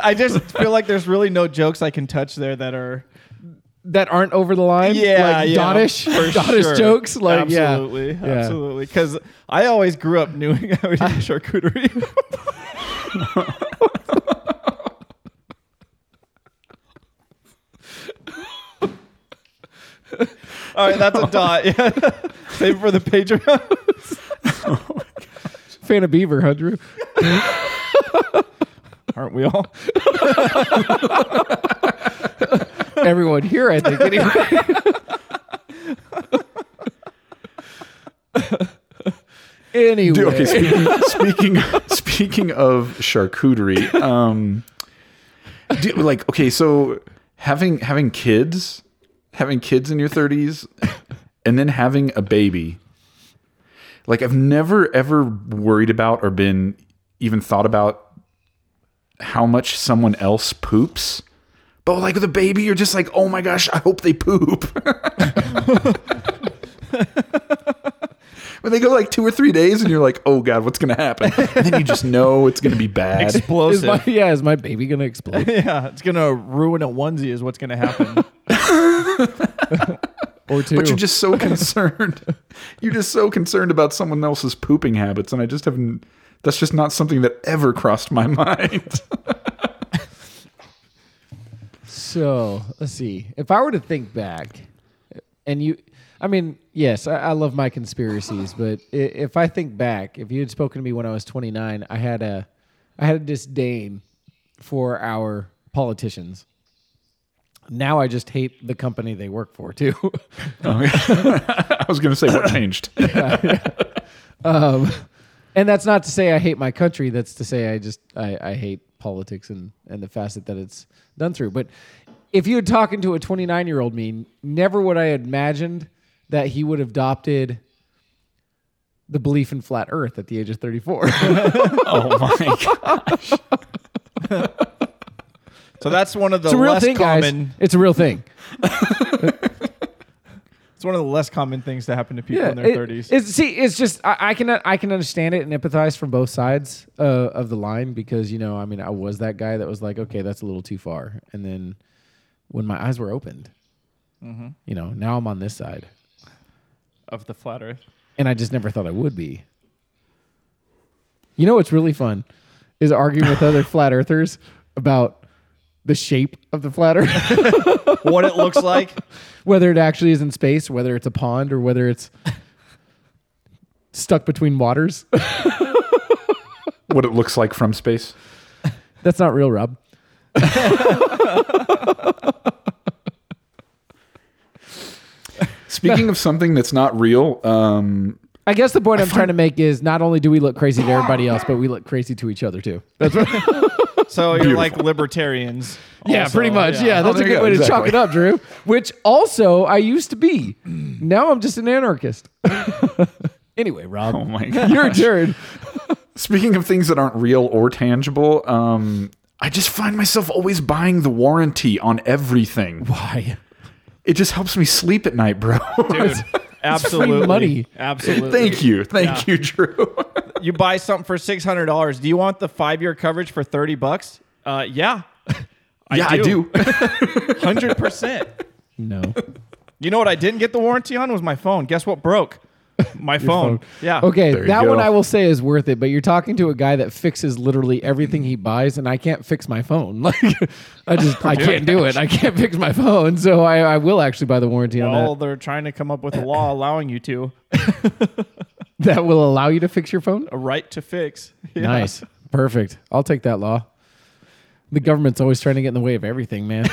[SPEAKER 3] I just feel like there's really no jokes I can touch there that are.
[SPEAKER 2] that aren't over the line.
[SPEAKER 3] yeah,
[SPEAKER 2] like
[SPEAKER 3] yeah,
[SPEAKER 2] Doddish,
[SPEAKER 3] for
[SPEAKER 2] Doddish
[SPEAKER 3] sure.
[SPEAKER 2] jokes. Like
[SPEAKER 3] absolutely,
[SPEAKER 2] yeah,
[SPEAKER 3] absolutely. Because I always grew up knowing I would eat charcuterie. All right, that's a dot. Yeah. Save it for the Patreon.
[SPEAKER 2] Yeah. Fan of Beaver, huh, Drew?
[SPEAKER 3] Aren't we all?
[SPEAKER 2] everyone here, I think. Anyway. anyway.
[SPEAKER 1] Dude, okay, speaking speaking speaking of charcuterie, um, do, like okay, so having having kids, having kids in your thirties, and then having a baby, like I've never ever worried about or been even thought about how much someone else poops. But like with a baby, you're just like, oh my gosh, I hope they poop. When they go like two or three days, and you're like, oh god, what's gonna happen? And then you just know it's gonna be bad.
[SPEAKER 2] Is
[SPEAKER 3] Explosive.
[SPEAKER 2] my, yeah, is my baby going to explode?
[SPEAKER 3] yeah, it's gonna ruin a onesie. Is what's gonna happen.
[SPEAKER 2] Or two?
[SPEAKER 1] But you're just so concerned. You're just so concerned about someone else's pooping habits, and I just haven't. That's just not something that ever crossed my mind.
[SPEAKER 2] So let's see. If I were to think back, and you, I mean, yes, I, I love my conspiracies, but i- if I think back, if you had spoken to me when I was 29, I had a, I had a disdain for our politicians. Now I just hate the company they work for too.
[SPEAKER 1] I was gonna say what changed.
[SPEAKER 2] um, and that's not to say I hate my country. That's to say I just I, I hate politics and and the facet that it's done through. But if you had talking to a 29 year old me, never would I have imagined that he would have adopted the belief in flat Earth at the age of 34.
[SPEAKER 1] oh my god!
[SPEAKER 3] So that's one of the
[SPEAKER 2] it's a real
[SPEAKER 3] less
[SPEAKER 2] thing,
[SPEAKER 3] common.
[SPEAKER 2] guys. It's a real thing.
[SPEAKER 3] It's one of the less common things to happen to people in
[SPEAKER 2] it-
[SPEAKER 3] their thirties.
[SPEAKER 2] It's see, it's just I, I can I can understand it and empathize from both sides uh, of the line because you know I mean I was that guy that was like okay that's a little too far and then when my eyes were opened,
[SPEAKER 3] Mm-hmm.
[SPEAKER 2] you know now I'm on this side
[SPEAKER 3] of the flat Earth.
[SPEAKER 2] and I just never thought I would be. You know what's really fun is arguing with other flat earthers about the shape of the flat earth,
[SPEAKER 3] What it looks like.
[SPEAKER 2] whether it actually is in space, whether it's a pond, or whether it's stuck between waters.
[SPEAKER 1] What it looks like from space.
[SPEAKER 2] That's not real, Rob.
[SPEAKER 1] Speaking of something that's not real, um,
[SPEAKER 2] I guess the point I'm trying to make is not only do we look crazy to everybody else, but we look crazy to each other too.
[SPEAKER 3] So you're
[SPEAKER 1] Beautiful.
[SPEAKER 3] like libertarians.
[SPEAKER 2] yeah,
[SPEAKER 3] also.
[SPEAKER 2] pretty much. Yeah, that's
[SPEAKER 1] Oh,
[SPEAKER 2] a
[SPEAKER 1] there you
[SPEAKER 2] good
[SPEAKER 1] go.
[SPEAKER 2] way to chalk
[SPEAKER 1] Exactly.
[SPEAKER 2] it up, Drew. Which also I used to be. Now I'm just an anarchist. anyway, Rob,
[SPEAKER 1] oh my god!
[SPEAKER 2] your turn.
[SPEAKER 1] Speaking of things that aren't real or tangible, um, I just find myself always buying the warranty on everything.
[SPEAKER 2] Why?
[SPEAKER 1] It just helps me sleep at night, bro.
[SPEAKER 3] Dude, absolutely.
[SPEAKER 2] money.
[SPEAKER 3] Absolutely.
[SPEAKER 1] Thank you. Thank you, Drew.
[SPEAKER 3] You buy something for six hundred dollars. Do you want the five year coverage for thirty bucks? Uh, yeah.
[SPEAKER 1] yeah, I do.
[SPEAKER 3] Hundred percent.
[SPEAKER 2] No.
[SPEAKER 3] You know what I didn't get the warranty on was my phone. Guess what broke? My phone. Yeah.
[SPEAKER 2] Okay,
[SPEAKER 1] There you
[SPEAKER 2] that
[SPEAKER 1] go.
[SPEAKER 2] one I will say is worth it, but you're talking to a guy that fixes literally everything he buys, and I can't fix my phone. Like, I just I can't do it. I can't fix my phone, so I, I will actually buy the warranty on that.
[SPEAKER 3] Well, they're trying to come up with a law allowing you to
[SPEAKER 2] That will allow you to fix your phone.
[SPEAKER 3] a right to fix. Yeah.
[SPEAKER 2] Nice. Perfect. I'll take that law. The government's always trying to get in the way of everything, man.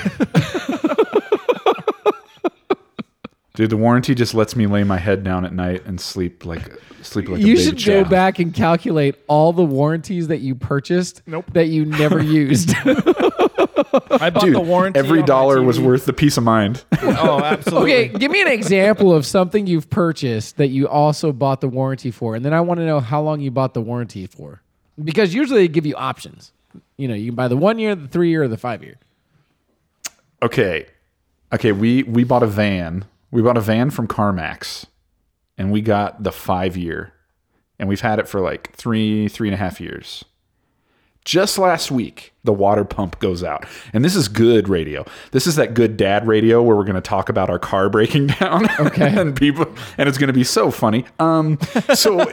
[SPEAKER 1] Dude, the warranty just lets me lay my head down at night and sleep like sleep like a
[SPEAKER 2] you
[SPEAKER 1] baby
[SPEAKER 2] should go
[SPEAKER 1] child.
[SPEAKER 2] back and calculate all the warranties that you purchased
[SPEAKER 3] Nope.
[SPEAKER 2] that you never used.
[SPEAKER 3] I bought
[SPEAKER 1] Dude,
[SPEAKER 3] the warranty.
[SPEAKER 1] every
[SPEAKER 3] on my
[SPEAKER 1] dollar was
[SPEAKER 3] TV.
[SPEAKER 1] worth the peace of mind.
[SPEAKER 3] Oh, absolutely.
[SPEAKER 2] okay, give me an example of something you've purchased that you also bought the warranty for, and then I want to know how long you bought the warranty for. Because usually they give you options. You know, you can buy the one year, the three year, or the five year.
[SPEAKER 1] okay. Okay, we we bought a van. We bought a van from CarMax and we got the five year. And we've had it for like three, three and a half years. Just last week, the water pump goes out. And this is good radio. This is that good dad radio where we're going to talk about our car breaking down. Okay. and people and it's going to be so funny. Um so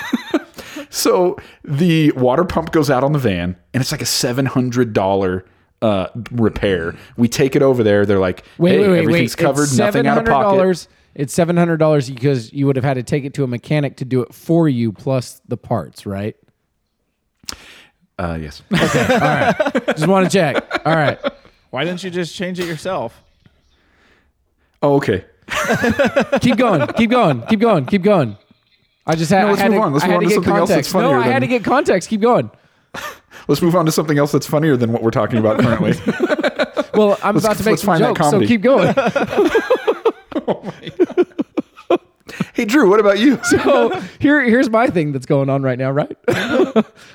[SPEAKER 1] So the water pump goes out on the van, and it's like a seven hundred dollar uh, repair. We take it over there. They're like,
[SPEAKER 2] Wait,
[SPEAKER 1] "Hey,
[SPEAKER 2] wait, wait,
[SPEAKER 1] everything's
[SPEAKER 2] wait.
[SPEAKER 1] covered,
[SPEAKER 2] it's
[SPEAKER 1] nothing out of pocket."
[SPEAKER 2] $700. It's seven hundred dollars because you would have had to take it to a mechanic to do it for you, plus the parts, right?
[SPEAKER 1] Uh, yes, Uh,
[SPEAKER 2] Just want to check. All right.
[SPEAKER 3] Why didn't you just change it yourself?
[SPEAKER 1] Oh, okay.
[SPEAKER 2] keep going, keep going, keep going, keep going. I just had,
[SPEAKER 1] No, let's
[SPEAKER 2] I had
[SPEAKER 1] move
[SPEAKER 2] to,
[SPEAKER 1] on. Let's
[SPEAKER 2] I
[SPEAKER 1] move
[SPEAKER 2] had
[SPEAKER 1] on
[SPEAKER 2] to
[SPEAKER 1] to
[SPEAKER 2] get
[SPEAKER 1] something else that's
[SPEAKER 2] context.
[SPEAKER 1] funnier
[SPEAKER 2] no, I had to
[SPEAKER 1] than-
[SPEAKER 2] get context. Keep going.
[SPEAKER 1] Let's move on to something else that's funnier than what we're talking about currently.
[SPEAKER 2] Well, I'm about to
[SPEAKER 1] let's
[SPEAKER 2] make some
[SPEAKER 1] find that
[SPEAKER 2] jokes, so
[SPEAKER 1] comedy.
[SPEAKER 2] keep going.
[SPEAKER 1] hey, Drew, what about you?
[SPEAKER 2] so here, here's my thing that's going on right now, right?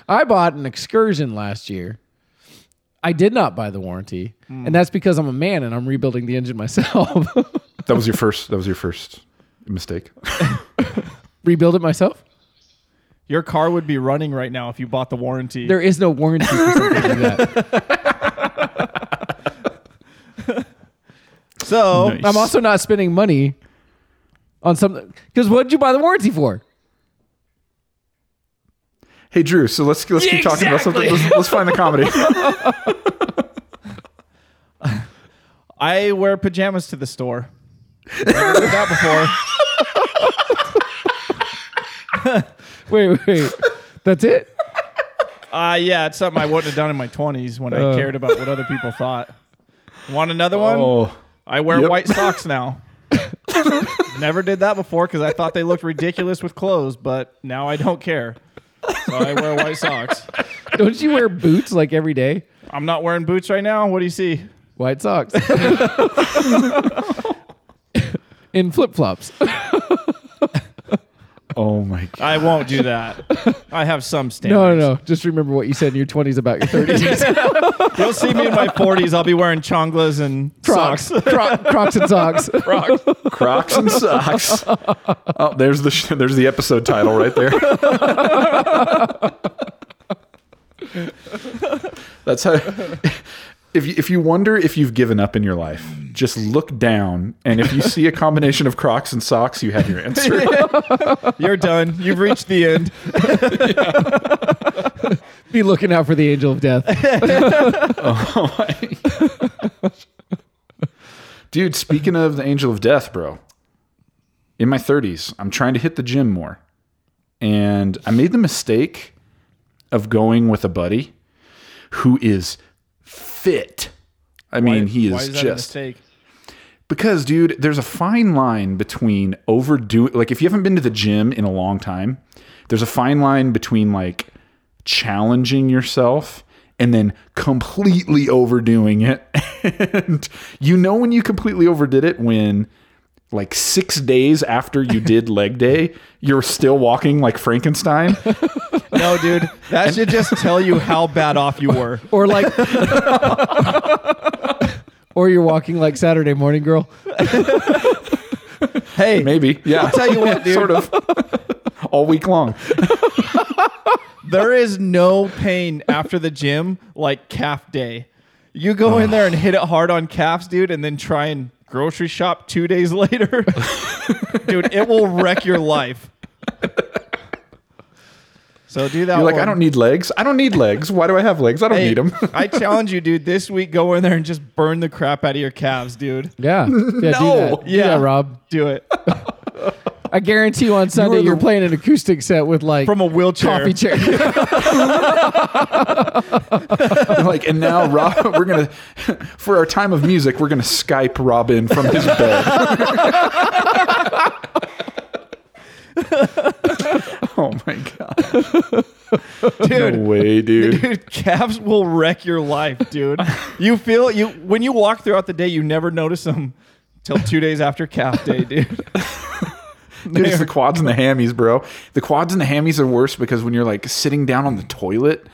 [SPEAKER 2] I bought an excursion last year. I did not buy the warranty,
[SPEAKER 1] Hmm.
[SPEAKER 2] and that's because I'm a man and I'm rebuilding the engine myself.
[SPEAKER 1] that was your first. That was your first mistake.
[SPEAKER 2] Rebuild it myself?
[SPEAKER 3] Your car would be running right now if you bought the warranty.
[SPEAKER 2] There is no warranty for something like that.
[SPEAKER 3] so
[SPEAKER 1] Nice.
[SPEAKER 2] I'm also not spending money on something because what did you buy the warranty for?
[SPEAKER 1] Hey, Drew. So let's let's keep talking about something. Let's, let's find the comedy.
[SPEAKER 3] I wear pajamas to the store. Never did that before.
[SPEAKER 2] Wait, wait, that's it.
[SPEAKER 3] Uh, yeah, it's something I wouldn't have done in my 20s when I cared about what other people thought. Want another one?
[SPEAKER 1] oh,
[SPEAKER 3] I wear
[SPEAKER 1] Yep.
[SPEAKER 3] white socks now. Never did that before because I thought they looked ridiculous with clothes, but now I don't care. So I wear white socks.
[SPEAKER 2] Don't you wear boots like every day?
[SPEAKER 3] I'm not wearing boots right now. What do you see?
[SPEAKER 2] White socks. In flip flops.
[SPEAKER 1] oh my god.
[SPEAKER 3] I won't do that. I have some standards.
[SPEAKER 2] No, no, no. Just remember what you said in your 20s about your 30s.
[SPEAKER 3] You'll see me in my 40s. I'll be wearing chonglas and
[SPEAKER 2] Crocs.
[SPEAKER 3] socks.
[SPEAKER 2] Cro- Crocs and socks.
[SPEAKER 1] Crocs and socks. Oh, there's the sh- there's the episode title right there. That's how. If you, if you wonder if you've given up in your life, just look down, and if you see a combination of Crocs and socks, you have your answer.
[SPEAKER 3] You're done. You've reached the end.
[SPEAKER 2] Be looking out for the angel of death.
[SPEAKER 1] Dude, speaking of the angel of death, bro, in my 30s, I'm trying to hit the gym more. And I made the mistake of going with a buddy who is fit. I mean, he
[SPEAKER 3] Why
[SPEAKER 1] is
[SPEAKER 3] is that a
[SPEAKER 1] just
[SPEAKER 3] mistake?
[SPEAKER 1] because, dude, there's a fine line between overdoing, like, if you haven't been to the gym in a long time, there's a fine line between, like, challenging yourself and then completely overdoing it. and you know when you completely overdid it when, like, six days after you did leg day, you're still walking like Frankenstein.
[SPEAKER 3] No, dude. That should just tell you how bad off you were.
[SPEAKER 2] Or like. or you're walking like Saturday morning girl.
[SPEAKER 3] Hey,
[SPEAKER 1] Maybe. Yeah.
[SPEAKER 3] I'll tell you what, dude.
[SPEAKER 1] sort of. All week long.
[SPEAKER 3] There is no pain after the gym like calf day. You go in there and hit it hard on calves, dude, and then try and grocery shop two days later. dude, it will wreck your life. So do that.
[SPEAKER 1] You're like,
[SPEAKER 3] one.
[SPEAKER 1] I don't need legs. I don't need legs. Why do I have legs? I don't
[SPEAKER 3] Hey,
[SPEAKER 1] need them.
[SPEAKER 3] I challenge you, dude. This week, go in there and just burn the crap out of your calves, dude.
[SPEAKER 2] Yeah. yeah do
[SPEAKER 1] No.
[SPEAKER 2] that. Yeah.
[SPEAKER 3] Yeah.
[SPEAKER 2] Rob.
[SPEAKER 3] Do it
[SPEAKER 2] I guarantee you on Sunday
[SPEAKER 1] the-
[SPEAKER 2] you're playing an acoustic set with like
[SPEAKER 3] from a wheelchair.
[SPEAKER 2] coffee chair.
[SPEAKER 1] They're like, and now Rob, we're gonna for our time of music, we're gonna Skype Rob in from his bed. oh my god,
[SPEAKER 3] dude.
[SPEAKER 1] no way, dude.
[SPEAKER 3] Dude, calves will wreck your life, dude. You feel you when you walk throughout the day, you never notice them till two days after calf day, dude.
[SPEAKER 1] Dude, it's the quads and the hammies, bro. The quads and the hammies are worse because when you're like sitting down on the toilet,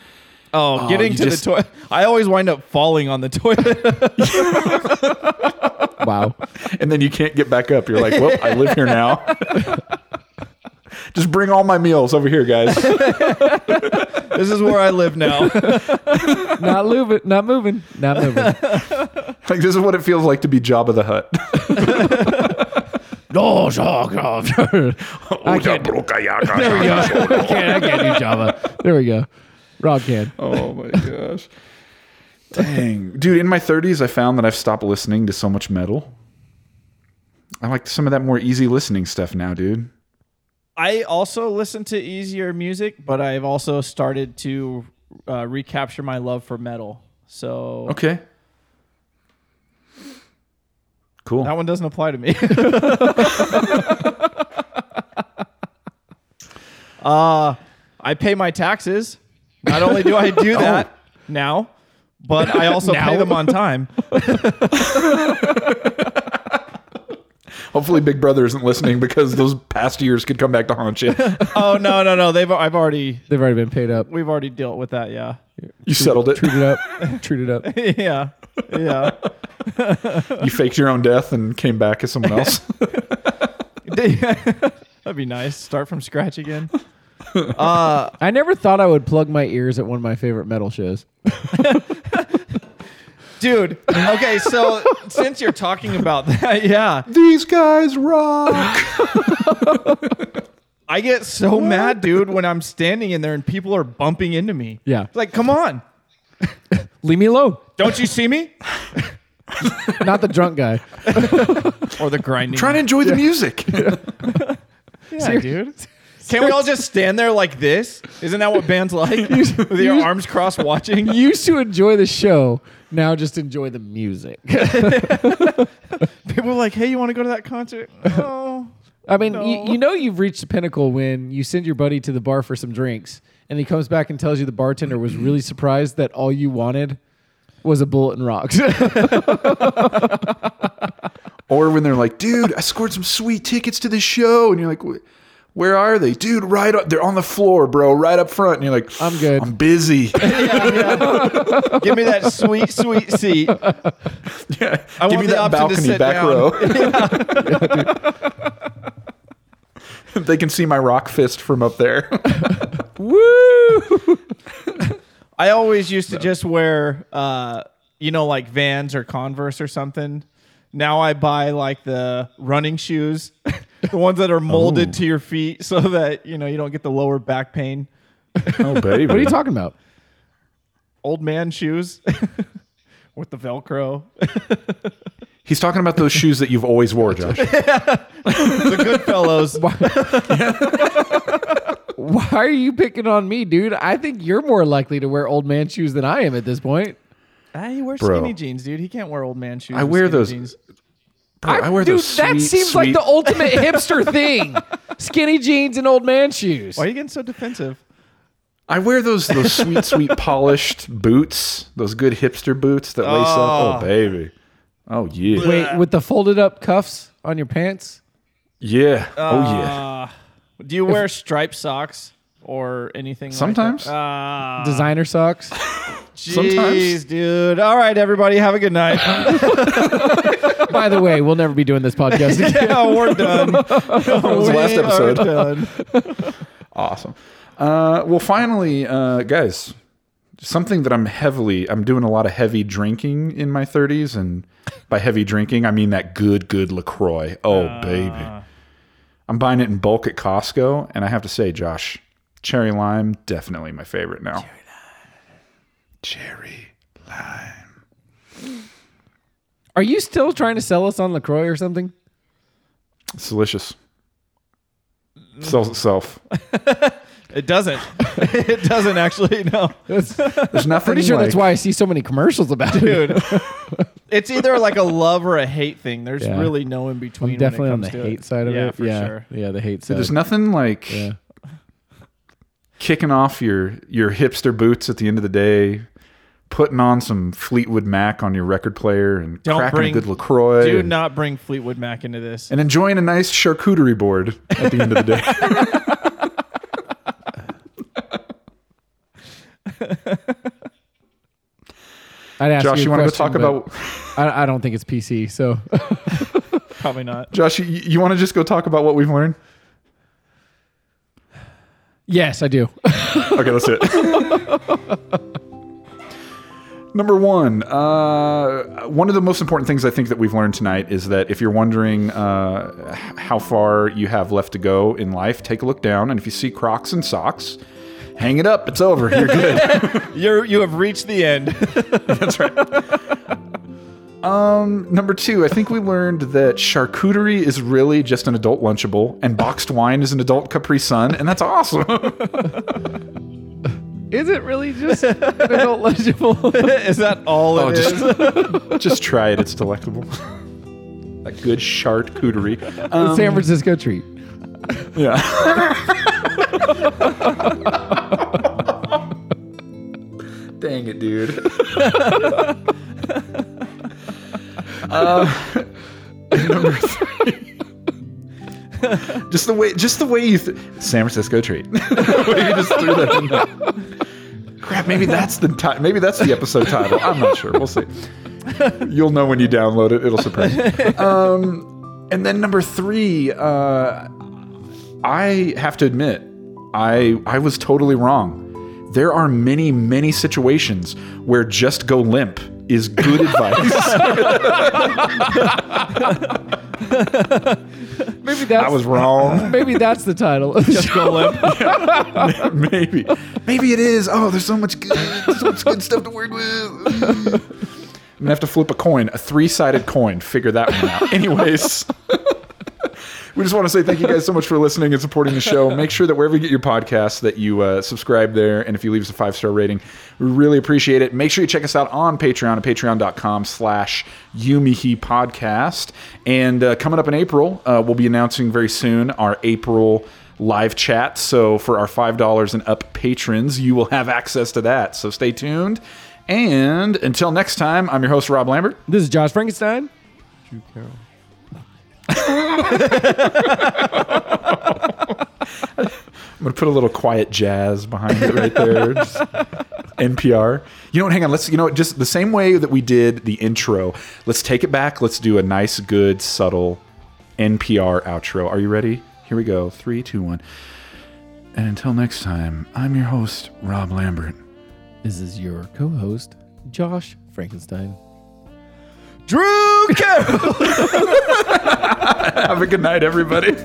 [SPEAKER 3] Oh, getting
[SPEAKER 1] you
[SPEAKER 3] to
[SPEAKER 1] just-
[SPEAKER 3] the toilet. I always wind up falling on the toilet.
[SPEAKER 2] wow.
[SPEAKER 1] and then you can't get back up. You're like, well, I live here now. Just bring all my meals over here, guys.
[SPEAKER 3] this is where I live now.
[SPEAKER 2] Not moving. Not moving. Not moving.
[SPEAKER 1] Like this is what it feels like to be Jabba the Hutt.
[SPEAKER 2] No, I can't do- There we go. I can't, I can't do Java. There we go. Rob can.
[SPEAKER 1] Oh my gosh. Dang. Dude, in my 30s, I found that I've stopped listening to so much metal. I like some of that more easy listening stuff now, dude.
[SPEAKER 3] I also listen to easier music, but I've also started to uh, recapture my love for metal. So
[SPEAKER 1] Okay. Cool.
[SPEAKER 3] That one doesn't apply to me. uh, I pay my taxes. Not only do I do that now, but I also
[SPEAKER 2] Now?
[SPEAKER 3] pay them on time.
[SPEAKER 1] Hopefully, Big Brother isn't listening because those past years could come back to haunt you.
[SPEAKER 3] Oh no, no, no. They've I've already
[SPEAKER 2] They've already been paid up.
[SPEAKER 3] we've already dealt with that, yeah.
[SPEAKER 1] You settled it.
[SPEAKER 2] Treated up. Treated up.
[SPEAKER 3] yeah. Yeah.
[SPEAKER 1] You faked your own death and came back as someone else.
[SPEAKER 3] That'd be nice. Start from scratch again. Uh,
[SPEAKER 2] I never thought I would plug my ears at one of my favorite metal shows.
[SPEAKER 3] dude. Okay, so since you're talking about that, yeah.
[SPEAKER 1] These guys rock.
[SPEAKER 3] I get so mad, dude, when I'm standing in there and people are bumping into me.
[SPEAKER 2] Yeah.
[SPEAKER 3] It's like, come on.
[SPEAKER 2] Leave me alone.
[SPEAKER 3] Don't you see me?
[SPEAKER 2] Not the drunk guy.
[SPEAKER 3] Or the grinding.
[SPEAKER 1] Trying to enjoy the music.
[SPEAKER 3] yeah, dude. Can we all just stand there like this? Isn't that what bands like? With your
[SPEAKER 2] you-
[SPEAKER 3] arms crossed watching?
[SPEAKER 2] Used to enjoy the show. Now just enjoy the music.
[SPEAKER 3] People are like, hey, you want to go to that concert? Oh.
[SPEAKER 2] I mean,
[SPEAKER 3] No.
[SPEAKER 2] you, you know you've reached the pinnacle when you send your buddy to the bar for some drinks, and he comes back and tells you the bartender was really surprised that all you wanted was a bullet and rocks.
[SPEAKER 1] Or when they're like, dude, I scored some sweet tickets to this show. And you're like, "Wh- where are they? Dude, right up. They're on the floor, bro, right up front. And you're like,
[SPEAKER 2] I'm good.
[SPEAKER 1] I'm busy.
[SPEAKER 3] Give me that sweet, sweet seat.
[SPEAKER 1] yeah.
[SPEAKER 3] I
[SPEAKER 1] Give
[SPEAKER 3] want
[SPEAKER 1] me
[SPEAKER 3] the
[SPEAKER 1] that
[SPEAKER 3] option to
[SPEAKER 1] balcony
[SPEAKER 3] sit
[SPEAKER 1] back
[SPEAKER 3] down.
[SPEAKER 1] row. they can see my rock fist from up there.
[SPEAKER 2] Woo!
[SPEAKER 3] I always used to just wear, uh, you know, like Vans or Converse or something. Now I buy like the running shoes, the ones that are
[SPEAKER 2] Oh.
[SPEAKER 3] molded to your feet so that, you know, you don't get the lower back pain.
[SPEAKER 1] oh, baby.
[SPEAKER 2] What are you talking about?
[SPEAKER 3] Old man shoes with the Velcro.
[SPEAKER 1] He's talking about those shoes that you've always wore, Josh.
[SPEAKER 3] the good fellows.
[SPEAKER 2] Why are you picking on me, dude? I think you're more likely to wear old man shoes than I am at this point.
[SPEAKER 3] I wear
[SPEAKER 1] Bro.
[SPEAKER 3] Ah, skinny jeans, dude. He can't wear old man shoes.
[SPEAKER 1] I
[SPEAKER 3] with
[SPEAKER 1] wear
[SPEAKER 3] skinny
[SPEAKER 1] those-
[SPEAKER 3] jeans.
[SPEAKER 1] Bro, I, wear
[SPEAKER 2] dude,
[SPEAKER 1] those.
[SPEAKER 2] that
[SPEAKER 1] sweet,
[SPEAKER 2] seems like
[SPEAKER 1] sweet-
[SPEAKER 2] the ultimate hipster thing. Skinny jeans and old man shoes.
[SPEAKER 3] Why are you getting so defensive?
[SPEAKER 1] I wear those those sweet, sweet polished boots, those good hipster boots that lace up. Oh, baby. Oh yeah.
[SPEAKER 2] Wait, with the folded up cuffs on your pants?
[SPEAKER 1] Yeah. oh yeah.
[SPEAKER 3] Do you wear striped socks or anything
[SPEAKER 1] Sometimes.
[SPEAKER 3] like that? Uh,
[SPEAKER 2] Designer socks?
[SPEAKER 1] Sometimes.
[SPEAKER 3] Jeez, dude. All right, everybody. Have a good night.
[SPEAKER 2] By the way, we'll never be doing this podcast again.
[SPEAKER 3] yeah, we're done.
[SPEAKER 1] was the last
[SPEAKER 3] We are
[SPEAKER 1] episode.
[SPEAKER 3] done.
[SPEAKER 1] Awesome. Uh, well, finally, uh, guys, something that I'm heavily, I'm doing a lot of heavy drinking in my 30s, and by heavy drinking, I mean that good, good Lacroix. Oh baby, I'm buying it in bulk at Costco, and I have to say, Josh, cherry lime, definitely my favorite now. Cherry.
[SPEAKER 2] Are you still trying to sell us on LaCroix or something?
[SPEAKER 1] It's delicious. Sells itself.
[SPEAKER 3] It doesn't. it doesn't actually. No,
[SPEAKER 2] That's,
[SPEAKER 1] There's nothing.
[SPEAKER 2] pretty sure that's
[SPEAKER 1] like-
[SPEAKER 2] why I see so many commercials about it.
[SPEAKER 3] dude. It's either like a love or a hate thing. There's
[SPEAKER 2] Yeah.
[SPEAKER 3] really no in between.
[SPEAKER 2] I'm definitely on
[SPEAKER 3] when
[SPEAKER 2] the
[SPEAKER 3] it comes to
[SPEAKER 2] hate
[SPEAKER 3] it.
[SPEAKER 2] side of
[SPEAKER 3] yeah,
[SPEAKER 2] it.
[SPEAKER 3] for
[SPEAKER 2] yeah,
[SPEAKER 3] sure.
[SPEAKER 2] yeah, the hate side.
[SPEAKER 1] There's nothing like
[SPEAKER 2] Yeah.
[SPEAKER 1] kicking off your your hipster boots at the end of the day, putting on some Fleetwood Mac on your record player, and
[SPEAKER 3] Don't
[SPEAKER 1] cracking
[SPEAKER 3] bring-
[SPEAKER 1] a good Lacroix,
[SPEAKER 3] Do
[SPEAKER 1] and,
[SPEAKER 3] not bring Fleetwood Mac into this.
[SPEAKER 1] and enjoying a nice charcuterie board at the end of the day.
[SPEAKER 2] I'd ask
[SPEAKER 1] Josh, you
[SPEAKER 2] want to
[SPEAKER 1] go talk about
[SPEAKER 2] I, I don't think it's PC. So
[SPEAKER 3] Probably not.
[SPEAKER 1] Josh? You, you want to just go talk about what we've learned?
[SPEAKER 2] yes, I do.
[SPEAKER 1] Okay, let's do it. Number one, uh, one of the most important things I think that we've learned tonight is that if you're wondering uh, h- how far you have left to go in life, take a look down, and if you see Crocs and socks, hang it up. It's over. You're good.
[SPEAKER 3] You you have reached the end.
[SPEAKER 1] Number two, I think we learned that charcuterie is really just an adult Lunchable, and boxed wine is an adult Capri Sun, and that's awesome.
[SPEAKER 2] is it really just adult legible?
[SPEAKER 3] is that all it is?
[SPEAKER 1] just, just try it. It's delectable. a good charcuterie. Um,
[SPEAKER 2] It's San Francisco treat.
[SPEAKER 1] yeah. Dang it, dude. Uh, number three. just the way, just the way you th- San Francisco treat. The way you just threw that in there. Crap, maybe that's the ti- maybe that's the episode title. I'm not sure. We'll see. You'll know when you download it. It'll surprise you. Um, and then number three. Uh, I have to admit, I I was totally wrong. There are many, many situations where just go limp is good advice.
[SPEAKER 2] Maybe that's
[SPEAKER 1] I was wrong.
[SPEAKER 2] maybe that's the title. of the show.
[SPEAKER 1] Maybe. Maybe it is. Oh, there's so much good, so much good stuff to work with. I'm gonna have to flip a coin, a three-sided coin, figure that one out. Anyways. We just want to say thank you guys so much for listening and supporting the show. Make sure that wherever you get your podcasts that you uh, subscribe there, and if you leave us a five star rating, we really appreciate it. Make sure you check us out on Patreon at patreon.com/slash Yumihi Podcast. And uh, coming up in April, uh, we'll be announcing very soon our April live chat. So for our five dollars and up patrons, you will have access to that. So stay tuned. And until next time, I'm your host Rob Lambert.
[SPEAKER 2] This is Josh Frankenstein.
[SPEAKER 1] I'm gonna put a little quiet jazz behind it right there. Just NPR. You know what? Hang on. Let's. You know what? Just the same way that we did the intro. Let's take it back. Let's do a nice, good, subtle NPR outro. Are you ready? Here we go. Three, two, one. And until next time, I'm your host, Rob Lambert.
[SPEAKER 2] This is your co-host, Josh Frankenstein.
[SPEAKER 3] Drew Carey.
[SPEAKER 1] Have a good night, everybody.